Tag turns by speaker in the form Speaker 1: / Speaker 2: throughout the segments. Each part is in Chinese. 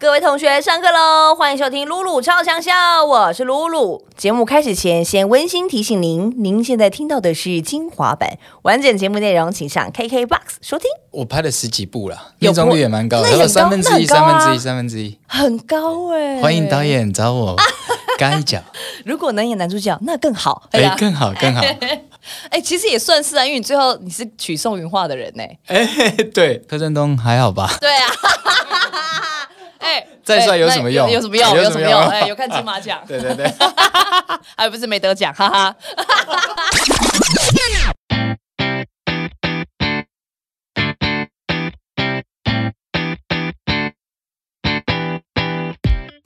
Speaker 1: 各位同学，上课喽！欢迎收听露露超强笑，我是露露。节目开始前，先温馨提醒您，您现在听到的是精华版，完整节目内容请上 KKBOX 收听。
Speaker 2: 我拍了十几部了，
Speaker 1: 有
Speaker 2: 命中率也蛮高的，
Speaker 1: 那也
Speaker 2: 有三分之一、
Speaker 1: 高
Speaker 2: 三
Speaker 1: 那很高
Speaker 2: 分
Speaker 1: 啊
Speaker 2: 之一、三分之一。
Speaker 1: 很高哎、
Speaker 2: 欢迎导。演找我干一 脚，
Speaker 1: 如果能演男主角，那更好。
Speaker 2: 哎
Speaker 3: 呀，
Speaker 2: 更好 更好。
Speaker 3: 哎、其实也算是啊，因为你最后你是取宋云画的人呢、
Speaker 1: 欸
Speaker 2: 哎，对，柯震东还好吧？
Speaker 3: 对 啊，哎、
Speaker 2: 再帅
Speaker 3: 哎
Speaker 2: 有
Speaker 3: 那
Speaker 2: 什么用
Speaker 3: 有什么用？
Speaker 2: 有
Speaker 3: 有
Speaker 2: 什
Speaker 3: 什
Speaker 2: 么
Speaker 3: 么
Speaker 2: 用
Speaker 3: 用？哎、有看金马 奖，
Speaker 2: 对对对，
Speaker 3: 啊还不是没得奖，哈哈。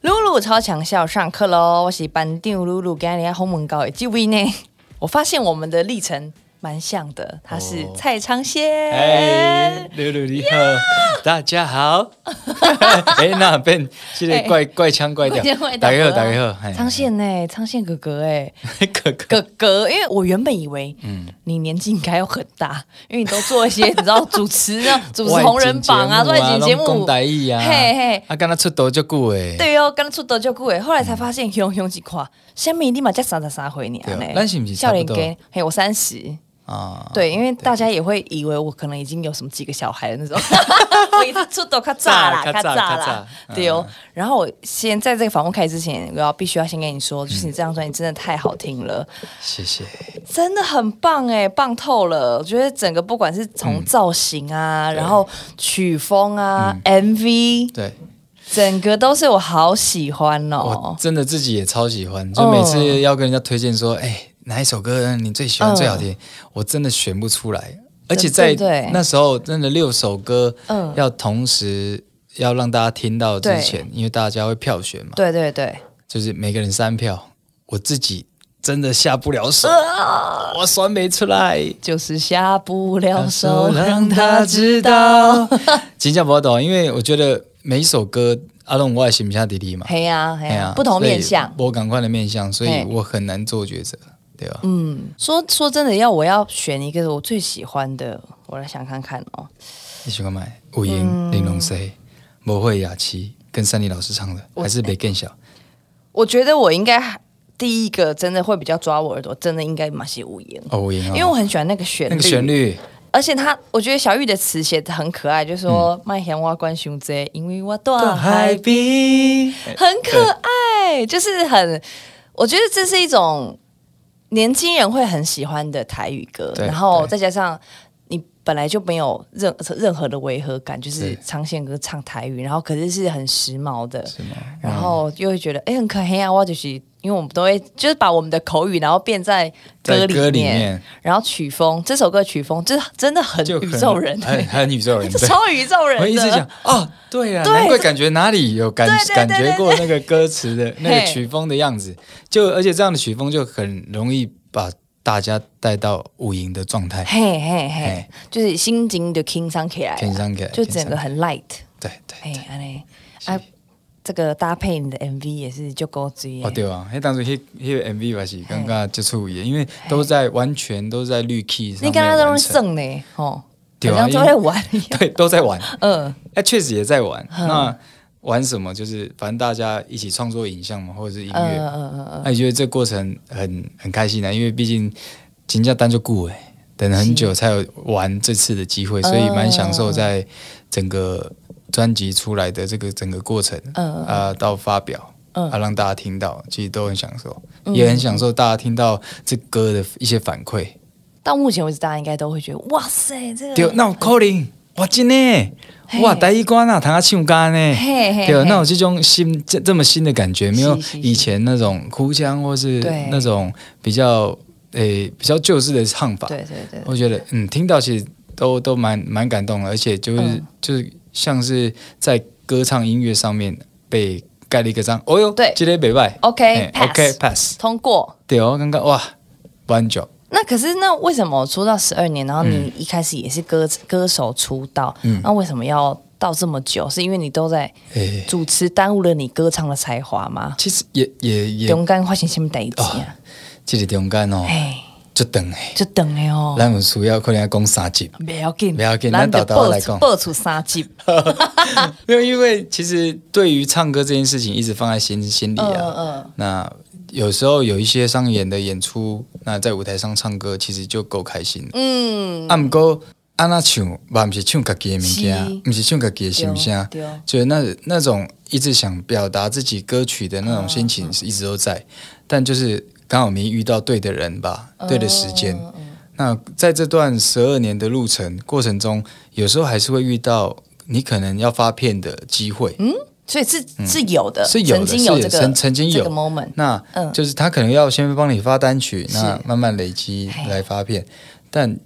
Speaker 3: 露露超强校上课喽！我是班长露露，今日红门高的几位呢？我发现我们的历程蛮像的，他是
Speaker 2: 哦
Speaker 3: 蔡昌宪。
Speaker 2: 哎，露露你好，大家好。 哎，那变现在怪怪腔怪调
Speaker 3: 哎 怪腔怪，调
Speaker 2: 打给我，打给我。哎嘿
Speaker 3: 昌，宪呢？昌宪哥哥哎、
Speaker 2: 嘿哥哥，
Speaker 3: 哥哥，因为我原本以为，嗯，你年纪应该要很大，因为你都做一些 你知道主持那种主持红人榜啊，做
Speaker 2: 外
Speaker 3: 外景节目，
Speaker 2: 公台语啊，
Speaker 3: 嘿嘿
Speaker 2: 啊，刚刚出头就久诶。
Speaker 3: 对哦，刚出道就久诶，后来才发现熊熊几块，下面立马才三十三回你啊
Speaker 2: 对哦咱是不是差
Speaker 3: 少
Speaker 2: 不
Speaker 3: 年
Speaker 2: 多
Speaker 3: 给，嘿，我三十。
Speaker 2: 啊，
Speaker 3: 对，因为大家也会以为我可能已经有什么几个小孩的那 种， 我一直出头咔炸啦，
Speaker 2: 较
Speaker 3: 咔炸
Speaker 2: 早较早
Speaker 3: 啦， 对哦
Speaker 2: 嗯。
Speaker 3: 然后我先在这个访问开始之前，我要必须要先跟你说，就是你
Speaker 2: 嗯
Speaker 3: 这张专辑真的太好听了，
Speaker 2: 谢谢。
Speaker 3: 真的很棒哎，棒透了！我觉得整个不管是
Speaker 2: 嗯
Speaker 3: 从造型啊，然后曲风啊、MV，
Speaker 2: 嗯对，
Speaker 3: 整个都是我好喜欢
Speaker 2: 我
Speaker 3: 哦。
Speaker 2: 真的自己也超喜欢，就每次要跟人家推荐说，哎、哪一首歌你最喜欢、
Speaker 3: 嗯
Speaker 2: 最好听，我真的选不出来。而且在
Speaker 3: 对对
Speaker 2: 那时候，真的六首歌，
Speaker 3: 嗯
Speaker 2: 要同时要让大家听到之前，因为大家会票选嘛，
Speaker 3: 对对对，
Speaker 2: 就是每个人三票，我自己真的下不了手，
Speaker 3: 啊
Speaker 2: 我酸没出来。
Speaker 3: 就是下不了
Speaker 2: 要手
Speaker 3: 手，
Speaker 2: 让
Speaker 3: 让他
Speaker 2: 他 知
Speaker 3: 知
Speaker 2: 道。
Speaker 3: 道。
Speaker 2: 真正不懂，因为我觉得每一首歌，阿龙我也写不下弟弟嘛，
Speaker 3: 嘿呀嘿
Speaker 2: 哎
Speaker 3: 呀
Speaker 2: 呀，，
Speaker 3: 不同面哎相。
Speaker 2: 我赶快的面相，所以
Speaker 3: 嘿
Speaker 2: 我很难做抉择，对吧？嗯，
Speaker 3: 说说真的，要我要选一个我最喜欢的，我来想看看哦。
Speaker 2: 你喜欢买五音
Speaker 3: 嗯
Speaker 2: 玲珑 C，魔会雅琪跟山里老师唱的，还是北更小？
Speaker 3: 我觉得我应该第一个真的会比较抓我耳朵，真的应该马戏无言。
Speaker 2: 哦，五音
Speaker 3: 因
Speaker 2: 哦，
Speaker 3: 为我很喜欢那个旋律，
Speaker 2: 那个旋律，
Speaker 3: 而且他，我觉得小玉的词写的很可爱，就说“麦香挖关熊贼，因为我多海
Speaker 2: 边，”，
Speaker 3: 很可爱，就是很，我觉得这是一种年轻人会很喜欢的台语歌，
Speaker 2: 对
Speaker 3: 然后
Speaker 2: 对
Speaker 3: 再加上你本来就没有任任何的违和感，就
Speaker 2: 对
Speaker 3: 是昌宪哥唱台语，然后可是是很时髦的，
Speaker 2: 什么？
Speaker 3: 然后又会觉得哎、很可爱啊，我就是因为我们都会就是把我们的口语，然后变在歌
Speaker 2: 在歌里
Speaker 3: 里面，
Speaker 2: 面
Speaker 3: 然后曲风，这首歌的曲风就是真的很
Speaker 2: 就可
Speaker 3: 宇
Speaker 2: 能
Speaker 3: 宙人，
Speaker 2: 很 很宇宙人，
Speaker 3: 这
Speaker 2: 对。
Speaker 3: 超宇宙人
Speaker 2: 我
Speaker 3: 的。
Speaker 2: 一直想，哦，对呀，
Speaker 3: 对
Speaker 2: 难怪感觉哪里有感
Speaker 3: 对对对
Speaker 2: 感
Speaker 3: 对
Speaker 2: 觉
Speaker 3: 对
Speaker 2: 过那个歌词的那个
Speaker 3: 嘿
Speaker 2: 曲风的样子，就而且这样的曲风就很容易把大家带到五营的状态，
Speaker 3: 嘿嘿嘿
Speaker 2: 嘿，
Speaker 3: 就是心情就轻松起来了，
Speaker 2: 轻松起来
Speaker 3: 就整个很 light。
Speaker 2: 对对
Speaker 3: 哎，安尼啊，这个搭配你的 MV 也是就够追耶
Speaker 2: 哦，对啊，那当时迄迄个 MV 嘛是刚刚接触也，因为都在完全都在绿 key 上
Speaker 3: 你
Speaker 2: 面
Speaker 3: 刚刚在那
Speaker 2: 完
Speaker 3: 边
Speaker 2: 成，
Speaker 3: 剩呢，哦，
Speaker 2: 对
Speaker 3: 好
Speaker 2: 啊
Speaker 3: 像都在玩一样。
Speaker 2: 对，都 在玩，
Speaker 3: 嗯，
Speaker 2: 哎，确实也在玩。那玩什么？就是反正大家一起创作影像嘛，或者是音
Speaker 3: 嗯
Speaker 2: 乐
Speaker 3: 呃
Speaker 2: 嘛，那你觉得这过程很很开心啊？因为毕竟金价单就顾哎，等了很久才有玩这次的机会，所以蛮享受在整个专辑出来的这个整个过程，嗯啊，到发表。啊，让大家听到，其实都很享受，也很享受大家听到这歌的一些反馈。
Speaker 3: 到目前为止，大家应该都会觉得，哇塞，这
Speaker 2: 对，啊
Speaker 3: 个
Speaker 2: 那有可能，哇，真的，哇，第一关啊，弹啊唱歌呢，
Speaker 3: 嘿嘿
Speaker 2: 对，
Speaker 3: 嘿
Speaker 2: 那有这种新这这么新的感觉，没有
Speaker 3: 是是
Speaker 2: 以前那种哭腔或是
Speaker 3: 对
Speaker 2: 那种比较诶比较旧式的唱法，
Speaker 3: 对对对，
Speaker 2: 我觉得嗯，听到其实都都蛮蛮感动的，而且就是、
Speaker 3: 嗯
Speaker 2: 就是像是在歌唱音乐上面被盖了一个章，哦哟，
Speaker 3: 对
Speaker 2: 今天北拜
Speaker 3: OK，pass
Speaker 2: OK pass，
Speaker 3: 通过。
Speaker 2: 对哦，刚刚哇，完九，
Speaker 3: 那可是那为什么出道十二年，然后
Speaker 2: 嗯
Speaker 3: 你一开始也是歌歌手出道，那为什么要到这么久？是因为你都在
Speaker 2: 诶，
Speaker 3: 主持耽误了你歌唱的才华吗？
Speaker 2: 其实也也也
Speaker 3: 勇敢发生什么代志啊？
Speaker 2: 这个中间哦。
Speaker 3: 哎，
Speaker 2: 就等诶，
Speaker 3: 就等了哦，
Speaker 2: 咱有需要可能要讲三集，
Speaker 3: 不要紧，
Speaker 2: 不要紧
Speaker 3: 咱
Speaker 2: 咱
Speaker 3: 就
Speaker 2: 豆豆
Speaker 3: 播
Speaker 2: 来
Speaker 3: 出
Speaker 2: 讲
Speaker 3: 播出三集，
Speaker 2: 没有，因为其实对于唱歌这件事情一直放在心心里啊。
Speaker 3: 嗯嗯
Speaker 2: 那有时候有一些商演的演出，那在舞台上唱歌，其实就够开心了。
Speaker 3: 嗯，
Speaker 2: 啊，毋过安那唱，嘛毋是唱家己的物件
Speaker 3: 是，
Speaker 2: 毋是啊唱家己的心声
Speaker 3: 对哦对，
Speaker 2: 就是那那种一直想表达自己歌曲的那种心
Speaker 3: 嗯
Speaker 2: 情是一直都在，但就是刚好没遇到对的人吧，
Speaker 3: 嗯
Speaker 2: 对的
Speaker 3: 哦
Speaker 2: 时间。那在这段十二年的路程过程中，有时候还是会遇到你可能要发片的机会，
Speaker 3: 嗯所以是是有的，
Speaker 2: 嗯是有的
Speaker 3: 曾经有这
Speaker 2: 是有
Speaker 3: 个
Speaker 2: 曾曾经有
Speaker 3: 这个 moment，
Speaker 2: 那
Speaker 3: 嗯
Speaker 2: 就是他可能要先帮你发单曲，
Speaker 3: 是
Speaker 2: 那慢慢累积来发片，但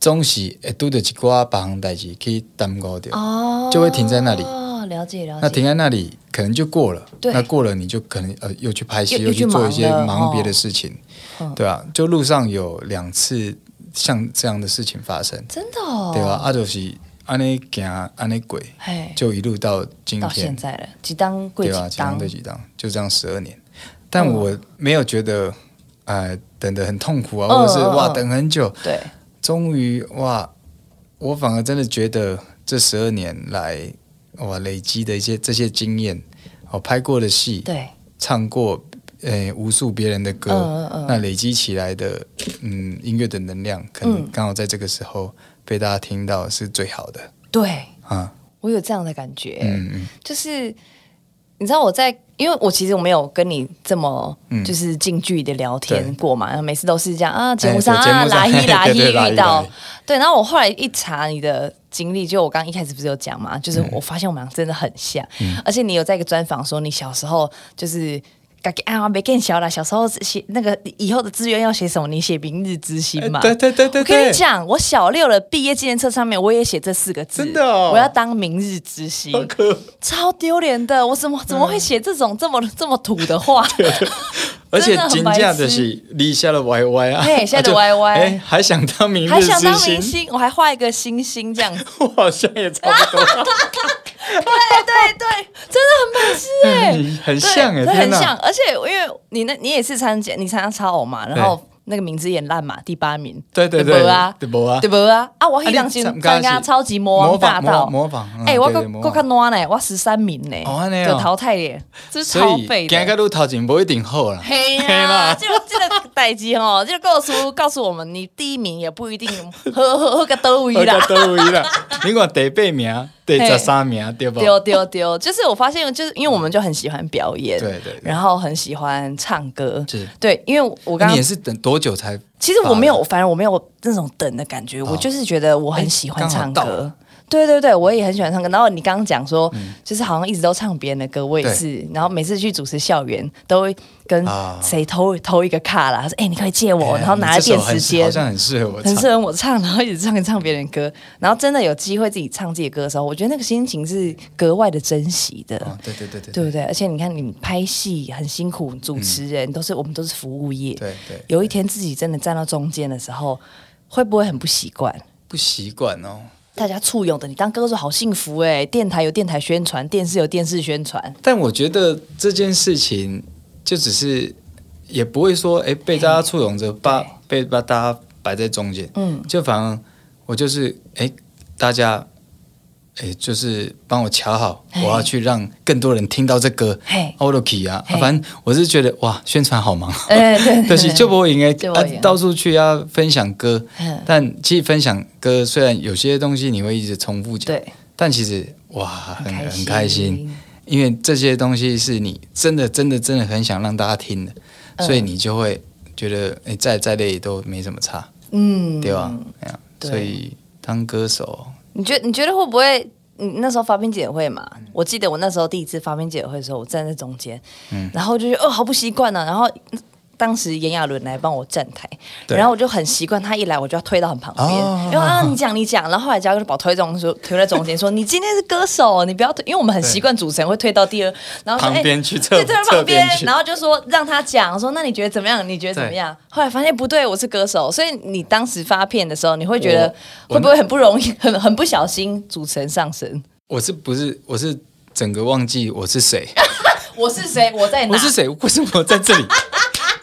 Speaker 2: 总是会拄着一寡别项代志去耽误掉，
Speaker 3: 哦
Speaker 2: 就会停在那里
Speaker 3: 哦，了解了解。
Speaker 2: 那停在那里可能就过了，
Speaker 3: 对
Speaker 2: 那过了你就可能呃又去拍戏，
Speaker 3: 又又去
Speaker 2: 去做一些
Speaker 3: 忙了
Speaker 2: 忙别
Speaker 3: 哦嗯
Speaker 2: 的事情，对啊，就路上有两次像这样的事情发生，
Speaker 3: 真的、哦，
Speaker 2: 对吧？？啊，就是安尼行安尼鬼，
Speaker 3: 嘿，
Speaker 2: 就一路到今
Speaker 3: 哎到
Speaker 2: 天
Speaker 3: 现，在了，几当贵
Speaker 2: 对
Speaker 3: 几哦
Speaker 2: 啊吧？几
Speaker 3: 当
Speaker 2: 张对几张，就这样十二年，但我没有觉得，呃，等的很痛苦啊，
Speaker 3: 嗯
Speaker 2: 或者是
Speaker 3: 嗯
Speaker 2: 哇
Speaker 3: 嗯
Speaker 2: 等很久，
Speaker 3: 对，
Speaker 2: 终于哇，我反而真的觉得这十二年来哇累积的一些这些经验，我拍过的戏，
Speaker 3: 对，
Speaker 2: 唱过呃无数别人的歌，
Speaker 3: 嗯嗯嗯
Speaker 2: 那累积起来的嗯音乐的能量，可
Speaker 3: 嗯
Speaker 2: 能刚好在这个时候被大家听到是最好的
Speaker 3: 对
Speaker 2: 啊，
Speaker 3: 我有这样的感觉，
Speaker 2: 嗯嗯，
Speaker 3: 就是你知道我在，因为我其实我没有跟你这么
Speaker 2: 嗯
Speaker 3: 就是近距离的聊天
Speaker 2: 对哎
Speaker 3: 过嘛，然后每次都是这样啊，节目上
Speaker 2: 对节
Speaker 3: 啊，
Speaker 2: 目上
Speaker 3: 拉一拉
Speaker 2: 对对拉
Speaker 3: 一
Speaker 2: 一
Speaker 3: 遇到
Speaker 2: 拉一，
Speaker 3: 对，然后我后来一查你的经历，就我刚一开始不是有讲嘛，
Speaker 2: 嗯
Speaker 3: 就是我发现我们俩真的很像，而且你有在一个专访说你小时候就是。嘎给啊，没更小啦。小时候写那个以后的志愿要写什么？你写明日之星嘛。
Speaker 2: 哎对对对对
Speaker 3: 我跟你
Speaker 2: 对
Speaker 3: 讲，我小六的毕业纪念册上面我也写这四个字，
Speaker 2: 真的哦
Speaker 3: 我要当明日之星。超丢脸的！我怎么怎么会写这种这么这么土的 话？
Speaker 2: 而
Speaker 3: 真
Speaker 2: 且
Speaker 3: 的很
Speaker 2: 金
Speaker 3: 白
Speaker 2: 价的
Speaker 3: 痴
Speaker 2: 是立下了 YY 啊，
Speaker 3: 嘿下了
Speaker 2: 啊就
Speaker 3: YY
Speaker 2: 哎，还想当 明
Speaker 3: 还
Speaker 2: 日
Speaker 3: 想
Speaker 2: 之
Speaker 3: 当明
Speaker 2: 星，
Speaker 3: 星，我还画一个星星这样子。
Speaker 2: 我好像也差不 多，
Speaker 3: 对对对，真的很白痴哎、
Speaker 2: 很
Speaker 3: 对
Speaker 2: 像哎，
Speaker 3: 对
Speaker 2: 天
Speaker 3: 很
Speaker 2: 哪
Speaker 3: 像。而且因为你那你也是参加你参加超偶嘛，然后那个名字演烂嘛，第八名。
Speaker 2: 对对对
Speaker 3: 没啊，
Speaker 2: 对没啊
Speaker 3: 对不啊？啊，我黑
Speaker 2: 啊
Speaker 3: 当
Speaker 2: 你
Speaker 3: 去
Speaker 2: 参加
Speaker 3: 参加
Speaker 2: 是
Speaker 3: 超级魔王
Speaker 2: 模仿
Speaker 3: 大道
Speaker 2: 模模仿嗯
Speaker 3: 哎，我
Speaker 2: 对
Speaker 3: 够
Speaker 2: 对模
Speaker 3: 够
Speaker 2: 仿
Speaker 3: 看烂呢，我十三名呢
Speaker 2: 哦，这样
Speaker 3: 就
Speaker 2: 哦
Speaker 3: 淘汰耶，这是
Speaker 2: 所
Speaker 3: 超
Speaker 2: 以
Speaker 3: 废
Speaker 2: 行
Speaker 3: 的。
Speaker 2: 到路头前不一定 好啦。
Speaker 3: 嘿呀、这就这个代志哦， 就告诉告诉我们，你第一名也不一定喝喝喝个都位啦
Speaker 2: 我。就倒位啦， 你看第八名、第十三名，对不？
Speaker 3: 丢丢丢，就是我发现，就是因为我们就很喜欢表演，
Speaker 2: 对对对
Speaker 3: 然后很喜欢唱歌，
Speaker 2: 是
Speaker 3: 对，因为我刚
Speaker 2: 你也
Speaker 3: 刚
Speaker 2: 是等多久才？
Speaker 3: 其实我没有，反正我没有那种等的感觉，我就是觉得我很喜欢唱
Speaker 2: 啊哎刚好嗯
Speaker 3: 歌。对对对，我也很喜欢唱歌。然后你刚刚讲说，就是好像一直都唱别人的歌，我也
Speaker 2: 对
Speaker 3: 是。然后每次去主持校园，都会跟
Speaker 2: 嗯啊
Speaker 3: 谁偷偷一个卡啦，他说：“哎、你可以借我。
Speaker 2: 哎
Speaker 3: 然后拿来
Speaker 2: 你这
Speaker 3: 垫
Speaker 2: 首很
Speaker 3: 时间，
Speaker 2: 好像很适合我唱
Speaker 3: 很。适合我唱，然后一直唱一直唱别人歌，然后真的有机会自己唱自己的歌的时候，我觉得那个心情是格外的珍惜的，
Speaker 2: 哦，对对对对
Speaker 3: 对
Speaker 2: 对
Speaker 3: 不对？而且你看，你拍戏很辛苦，主持人、都是我们都是服务业，
Speaker 2: 嗯对对，
Speaker 3: 有一天自己真的站到中间的时候，会不会很不习惯？
Speaker 2: 不习惯哦。
Speaker 3: 大家簇拥的你当歌手好幸福哎、电台有电台宣传，电视有电视宣传，
Speaker 2: 但我觉得这件事情就只是也不会说，哎、被大家簇拥着，把被把大家摆在中间，
Speaker 3: 嗯，
Speaker 2: 就反而我就是，哎、大家，哎、就是帮我瞧好，
Speaker 3: 嘿
Speaker 2: 我要去让更多人听到这歌
Speaker 3: 嘿，
Speaker 2: o l o k 啊，
Speaker 3: 嘿
Speaker 2: 啊反正我是觉得哇，宣 传好忙，
Speaker 3: 哎、对
Speaker 2: 但是就不会应该
Speaker 3: 就不
Speaker 2: 啊
Speaker 3: 会赢
Speaker 2: 到处去啊分享歌
Speaker 3: 嗯，
Speaker 2: 但其实分享歌虽然有些东西你会一直重复讲，
Speaker 3: 对，
Speaker 2: 但其实哇，很
Speaker 3: 开
Speaker 2: 很开心。
Speaker 3: 心
Speaker 2: 因为这些东西是你真的、真的、真的很想让大家听的，
Speaker 3: 嗯
Speaker 2: 所以你就会觉得，哎、再再累都没什么差，
Speaker 3: 嗯，
Speaker 2: 对吧？哎呀
Speaker 3: 对
Speaker 2: 所以当歌手，
Speaker 3: 你觉你觉得会不会？你那时候发片记者会嘛？我记得我那时候第一次发片记者会的时候，我站在中间，
Speaker 2: 嗯
Speaker 3: 然后就觉得哦，好不习惯呢。然后嗯当时炎亚纶来帮我站台，
Speaker 2: 对
Speaker 3: 然后我就很习惯，他一来我就要推到很旁边，
Speaker 2: 哦
Speaker 3: 然后啊你讲你讲，然后后来嘉哥就把我推中说推在中间说你今天是歌手，你不要推，因为我们很习惯主持人会推到第二，然后说
Speaker 2: 旁边
Speaker 3: 哎
Speaker 2: 去侧
Speaker 3: 对推到
Speaker 2: 侧
Speaker 3: 旁边
Speaker 2: 边，去
Speaker 3: 然后就说让他讲说那你觉得怎么样？你觉得怎么样？后来发现不对，我是歌手，所以你当时发片的时候，你会觉得
Speaker 2: 我
Speaker 3: 会不会很不容易，很很不小心主持人上身？
Speaker 2: 我是不是我是整个忘记我是谁，
Speaker 3: 我是谁？我在哪？
Speaker 2: 我是谁？为什么我在这里？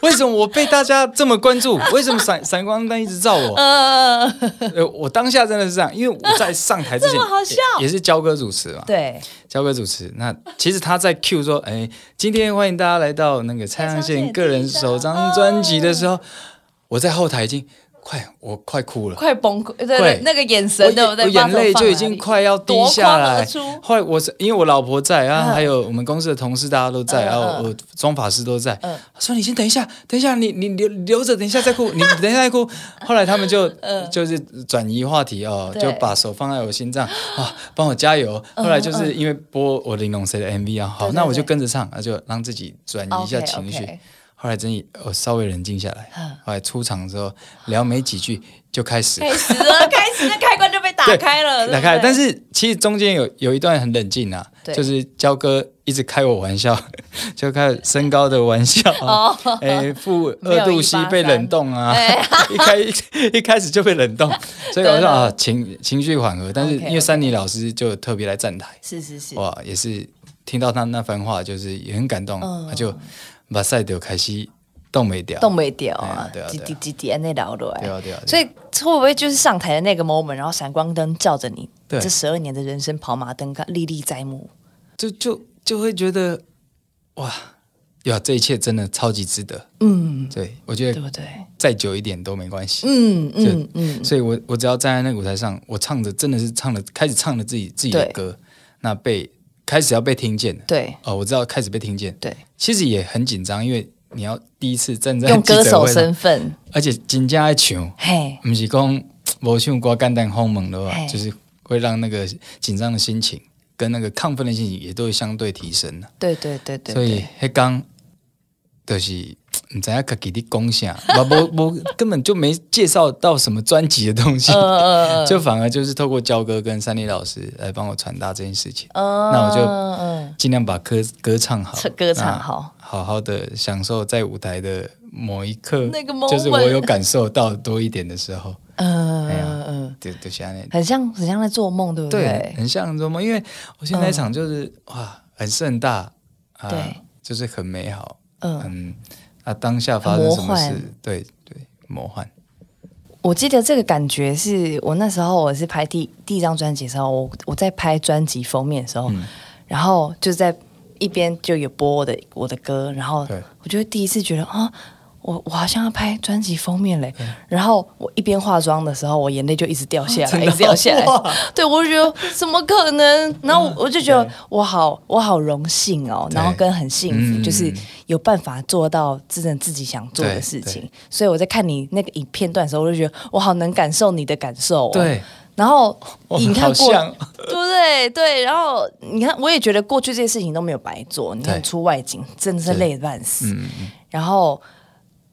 Speaker 2: 为什么我被大家这么关注？为什么闪闪光灯一直照 我？
Speaker 3: 呃，
Speaker 2: 呃，我当下真的是这样，因为我在上台之前
Speaker 3: 这么哎好笑
Speaker 2: 也也是焦哥主持嘛，
Speaker 3: 对，
Speaker 2: 交给主持。那其实他在 Q 说：“哎，今天欢迎大家来到那个蔡康永个人首张专辑的时候，
Speaker 3: 嗯
Speaker 2: 我在后台已经快，我快哭了，
Speaker 3: 快崩溃，对
Speaker 2: 对
Speaker 3: 对，那个眼
Speaker 2: 我
Speaker 3: 神对
Speaker 2: 眼
Speaker 3: 不对？
Speaker 2: 我
Speaker 3: 把手放
Speaker 2: 眼泪
Speaker 3: 哪里
Speaker 2: 就已经快要滴下来
Speaker 3: 夺眶而出。
Speaker 2: 后来我是因为我老婆在啊，还有我们公司的同事大家都在，
Speaker 3: 嗯
Speaker 2: 然后
Speaker 3: 嗯
Speaker 2: 我妆发师都在。他说：“你先等一下，等一下，你你留留着，等一下再哭，你你等一下再哭。” 后来他们就就是转移话题哦，
Speaker 3: 嗯对嗯
Speaker 2: 就把手放在我心脏啊，帮我加油。后来就是因为播我玲珑谁的 MV 啊，好，
Speaker 3: 对
Speaker 2: 那我就
Speaker 3: 对
Speaker 2: 跟着唱，那就让自己转移一下
Speaker 3: OK，
Speaker 2: 情绪
Speaker 3: OK。
Speaker 2: 后来真我稍微冷静下来，
Speaker 3: 嗯
Speaker 2: 后来出场之后聊没几句就开始
Speaker 3: 开始了，开始那开关就被打
Speaker 2: 对
Speaker 3: 开了，
Speaker 2: 打开。但
Speaker 3: 是
Speaker 2: 是其实中间有有一段很冷静啊，
Speaker 3: 对
Speaker 2: 就是焦哥一直开我玩笑， 就开身高的玩笑 啊，
Speaker 3: 哦
Speaker 2: 哎，负
Speaker 3: 没有
Speaker 2: 二度 C
Speaker 3: 183
Speaker 2: 被冷冻啊， 一
Speaker 3: 哎
Speaker 2: 开一开始就被冷 冻，所以我
Speaker 3: 对
Speaker 2: 说
Speaker 3: 对
Speaker 2: 啊，情情绪缓和，但是
Speaker 3: OK，
Speaker 2: 因为珊妮老师就特别来站台，
Speaker 3: 是是是，
Speaker 2: 哇，也是听到他那番话，就是也很感动，他就把赛德开始冻没掉，
Speaker 3: 嗯冻未掉
Speaker 2: 哎
Speaker 3: 啊
Speaker 2: 呀对啊，
Speaker 3: 滴
Speaker 2: 对啊
Speaker 3: 滴滴滴那聊落来，
Speaker 2: 对啊对啊对啊
Speaker 3: 哎所以会不会就是上台的那个 moment，然后闪光灯照着你，
Speaker 2: 对
Speaker 3: 这十二年的人生跑马灯，看历历在目。
Speaker 2: 就就就会觉得哇，呀，这一切真的超级值得。
Speaker 3: 嗯，
Speaker 2: 对，我觉
Speaker 3: 对
Speaker 2: 得
Speaker 3: 不对？
Speaker 2: 再久一点都没关系。
Speaker 3: 嗯嗯
Speaker 2: 就
Speaker 3: 嗯，
Speaker 2: 所以我我只要站在那个舞台上，我唱着真的是唱了，开始唱了自己自己的
Speaker 3: 对
Speaker 2: 歌，那被开始要被听见了。
Speaker 3: 对
Speaker 2: 哦，我知道开始被听见。
Speaker 3: 对，
Speaker 2: 其实也很紧张，因为你要第一次站在
Speaker 3: 用
Speaker 2: 记者
Speaker 3: 歌手
Speaker 2: 会上
Speaker 3: 身，份，
Speaker 2: 而且真正爱唱，
Speaker 3: 嘿，
Speaker 2: 不是讲无唱歌简单轰猛的话，
Speaker 3: 嘿
Speaker 2: 就是会让那个紧张的心情跟那个亢奋的心情也都会相对提升啊了。
Speaker 3: 对对对对
Speaker 2: 所以
Speaker 3: 对，
Speaker 2: 迄刚就是唔知影家己伫讲啥， 无无无根本就没介绍到什么专辑的东西，
Speaker 3: 嗯
Speaker 2: 就反而就是透过焦哥跟三立老师来帮我传达这件事情，那我就
Speaker 3: 嗯
Speaker 2: 尽量把歌歌唱好，
Speaker 3: 歌唱好，
Speaker 2: 好好的享受在舞台的某一刻，
Speaker 3: 那个 moment
Speaker 2: 就是我有感受到多一点的时候，
Speaker 3: 嗯
Speaker 2: 哎
Speaker 3: 嗯
Speaker 2: 呀
Speaker 3: 嗯，
Speaker 2: 就就是安尼，
Speaker 3: 很像很像在做梦，对不
Speaker 2: 对
Speaker 3: 对，？嗯
Speaker 2: 很像做梦，因为我现在一场就是、哇，很盛大啊，
Speaker 3: 对
Speaker 2: 就是很美好，
Speaker 3: 嗯
Speaker 2: 嗯，啊，当下发生什么
Speaker 3: 很魔
Speaker 2: 事，对对，魔幻，
Speaker 3: 我记得这个感觉是我那时候我是拍第第一张专辑的时候，我我在拍专辑封面的时候，
Speaker 2: 嗯
Speaker 3: 然后就在一边就有播我的我的歌，然后
Speaker 2: 对
Speaker 3: 我就第一次觉得啊。我我好像要拍专辑封面嘞，
Speaker 2: 嗯
Speaker 3: 然后我一边化妆的时候，我眼泪就一直掉 下来，一直掉下来。对，我就觉得怎么可能？然后我就觉得
Speaker 2: 嗯对
Speaker 3: 我好我好荣幸哦，然后跟很幸福，
Speaker 2: 嗯
Speaker 3: 就是有办法做到真正自己想做的
Speaker 2: 对
Speaker 3: 事
Speaker 2: 对
Speaker 3: 情。所以我在看你那个影片段的时候，我就觉得我好能感受你的感受、哦。
Speaker 2: 对，
Speaker 3: 然后
Speaker 2: 哇
Speaker 3: 你看
Speaker 2: 好
Speaker 3: 过，
Speaker 2: 像
Speaker 3: 对不对？对，然后你看，我也觉得过去这些事情都没有白做。你看
Speaker 2: 对
Speaker 3: 出外景真的是
Speaker 2: 对
Speaker 3: 累得半死，
Speaker 2: 嗯，
Speaker 3: 然后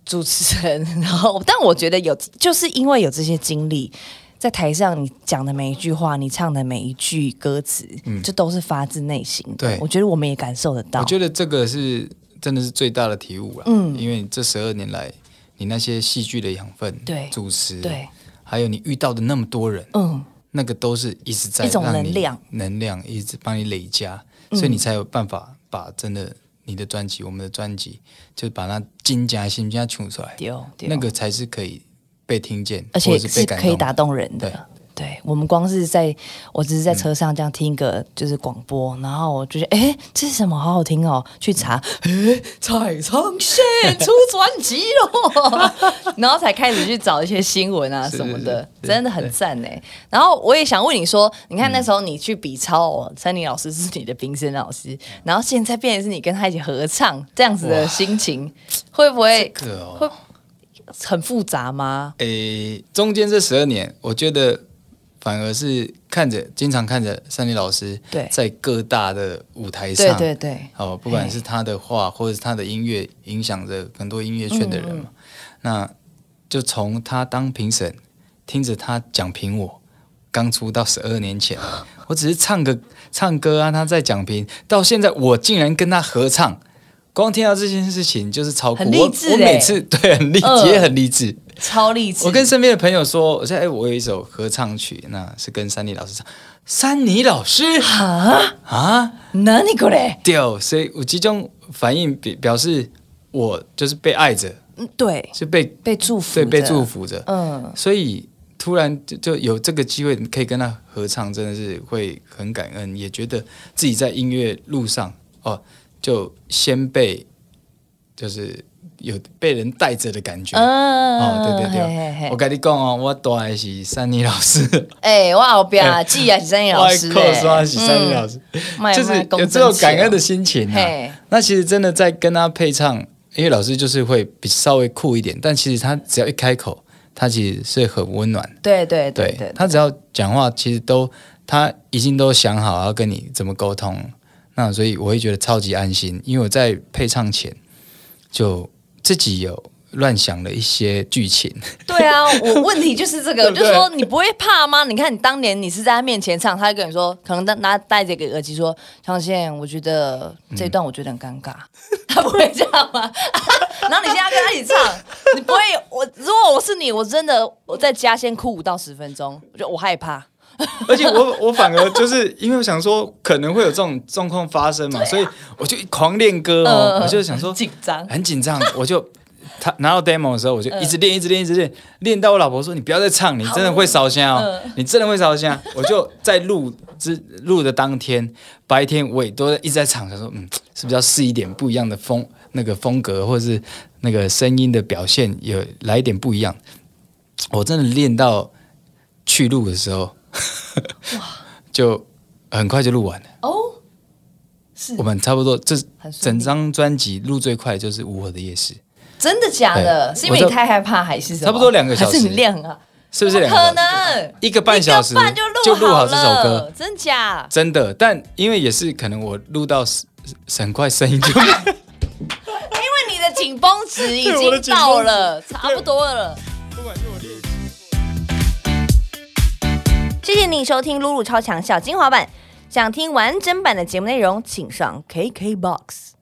Speaker 3: 主持人，然后但我觉得有，就是因为有这些经历。在台上，你讲的每一句话，你唱的每一句歌词，这都是发自内心的。
Speaker 2: 嗯对
Speaker 3: 我觉得我们也感受得到。
Speaker 2: 我觉得这个是真的是最大的体悟了，嗯，因为这十二年来，你那些戏剧的养分，
Speaker 3: 对
Speaker 2: 主持，
Speaker 3: 对，
Speaker 2: 还有你遇到的那么多人，
Speaker 3: 嗯，
Speaker 2: 那个都是一直在
Speaker 3: 一种
Speaker 2: 让你
Speaker 3: 能量，嗯
Speaker 2: 能量一直帮你累加，所以你才有办法把真的你的专辑，我们的专辑，就把它精加心加唱出来，
Speaker 3: 丢丢
Speaker 2: 那个才是可以被听见，
Speaker 3: 哦而
Speaker 2: 或
Speaker 3: 且
Speaker 2: 者是被
Speaker 3: 是
Speaker 2: 感
Speaker 3: 可以
Speaker 2: 动的
Speaker 3: 打动人的。对我们光是在，我只是在车上这样听一个就是广播，然后我就觉得，哎，这是什么？好好听哦！去查，哎，蔡昌宪出专辑了， 然后才开始去找一些新闻啊
Speaker 2: 是
Speaker 3: 什么
Speaker 2: 是
Speaker 3: 的，
Speaker 2: 是嗯
Speaker 3: 真的很赞哎。然后我也想问你说，你看那时候你去比超哦，陈林老师是你的评审老师，然后现在变成是你跟他一起合唱，这样子的
Speaker 2: 哇
Speaker 3: 心情会不会
Speaker 2: 这个哦
Speaker 3: 会很复杂吗？
Speaker 2: 诶，中间这十二年，我觉得反而是看着，经常看着山里老师
Speaker 3: 对
Speaker 2: 在各大的舞台
Speaker 3: 对
Speaker 2: 上，
Speaker 3: 对对
Speaker 2: 哦，不管
Speaker 3: 哎
Speaker 2: 是他的画或者是他的音乐，影响着很多音乐圈的人
Speaker 3: 嗯
Speaker 2: 嘛。那就从他当评审，听着他讲评我。刚出道十二年前，我只是唱个唱歌啊，他在讲评，到现在我竟然跟他合唱，光听到这件事情就是超酷。
Speaker 3: 很励
Speaker 2: 我
Speaker 3: 志
Speaker 2: 我
Speaker 3: 欸
Speaker 2: 每次对很励
Speaker 3: 嗯
Speaker 2: 志，也很励志。
Speaker 3: 超励志！
Speaker 2: 我跟身边的朋友说，我说哎，我有一首合唱曲，那是跟山里老师唱。山里 老师
Speaker 3: 啊，
Speaker 2: 啊，
Speaker 3: 那你过来，
Speaker 2: 对，所以有这种反应表表示我就是被爱着，
Speaker 3: 嗯，对，
Speaker 2: 是被
Speaker 3: 被祝福，
Speaker 2: 对被祝，福着，
Speaker 3: 嗯，
Speaker 2: 所以突然就就有这个机会可以跟他合唱，真的是会很感恩，也觉得自己在音乐路上哦，就先被就是有被人带着的感觉。
Speaker 3: 嗯，
Speaker 2: 哦，对对对，
Speaker 3: 嘿嘿嘿
Speaker 2: 我跟你讲哦，我大的是珊妮老师，
Speaker 3: 哎，我后边既然是三年老师，
Speaker 2: 我的课说是珊妮
Speaker 3: 欸嗯
Speaker 2: 老师，
Speaker 3: 卖
Speaker 2: 就是
Speaker 3: 卖公
Speaker 2: 有
Speaker 3: 正
Speaker 2: 这种感恩的
Speaker 3: 球
Speaker 2: 心情啊。
Speaker 3: 嘿，
Speaker 2: 那其实真的在跟他配唱，因为老师就是会比稍微酷一点，但其实他只要一开口，他其实是很温暖的。
Speaker 3: 对对
Speaker 2: 对
Speaker 3: 对，
Speaker 2: 他只要讲话，其实都他已经都想好要跟你怎么沟通，那所以我会觉得超级安心，因为我在配唱前就自己有乱想了一些剧情，
Speaker 3: 对啊，我问题就是这个，我
Speaker 2: 对不
Speaker 3: 就
Speaker 2: 对
Speaker 3: 说你不会怕吗？你看你当年你是在他面前唱，他就跟你说，可能他拿戴着一个耳机说，相信我觉得嗯这一段我觉得很尴 尬，他不会这样吗？然后你现在跟他一起唱，你不会？我如果我是你，我真的我在家先哭五到十分钟，我就我害怕。
Speaker 2: 而且我我反而就是因为我想说可能会有这种状况发生嘛，所以我就狂练歌哦，
Speaker 3: 呃
Speaker 2: 我就想说
Speaker 3: 紧张嗯
Speaker 2: 很紧张， 我就。他拿到 demo 的时候，我就一直练，一直练，一直练，练到我老婆说：“你不要再唱，你真的会烧香哦，
Speaker 3: 嗯
Speaker 2: 你真的会烧香。” 我就在录之录的当天白天，我也都一直在唱，想说：“嗯，是不是要试一点不一样的风那个风格，或者是那个声音的表现，有来一点不一样？”我真的练到去录的时候， 就很快就录完了。
Speaker 3: 哦，是
Speaker 2: 我们差不多这
Speaker 3: 很顺
Speaker 2: 整
Speaker 3: 利
Speaker 2: 张专辑录最快就是《无火的夜市》，
Speaker 3: 真的假的？
Speaker 2: 对
Speaker 3: 是因为
Speaker 2: 我
Speaker 3: 你
Speaker 2: 就
Speaker 3: 太害怕还是什么？
Speaker 2: 差不多两个小时
Speaker 3: 还是你练啊？
Speaker 2: 是不是
Speaker 3: 怎么
Speaker 2: 两个
Speaker 3: 可
Speaker 2: 小时？
Speaker 3: 能
Speaker 2: 一个半小时
Speaker 3: 一个半就
Speaker 2: 就录
Speaker 3: 好
Speaker 2: 好这首歌
Speaker 3: 了，真假？
Speaker 2: 真的。但因为也是可能我录到很快声音就
Speaker 3: 因为你的紧绷值已
Speaker 2: 对我的
Speaker 3: 经
Speaker 2: 紧绷值
Speaker 3: 到了，差不多了。
Speaker 1: 谢谢你收听露露超强小精华版，想听完整版的节目内容，请上 KKBOX。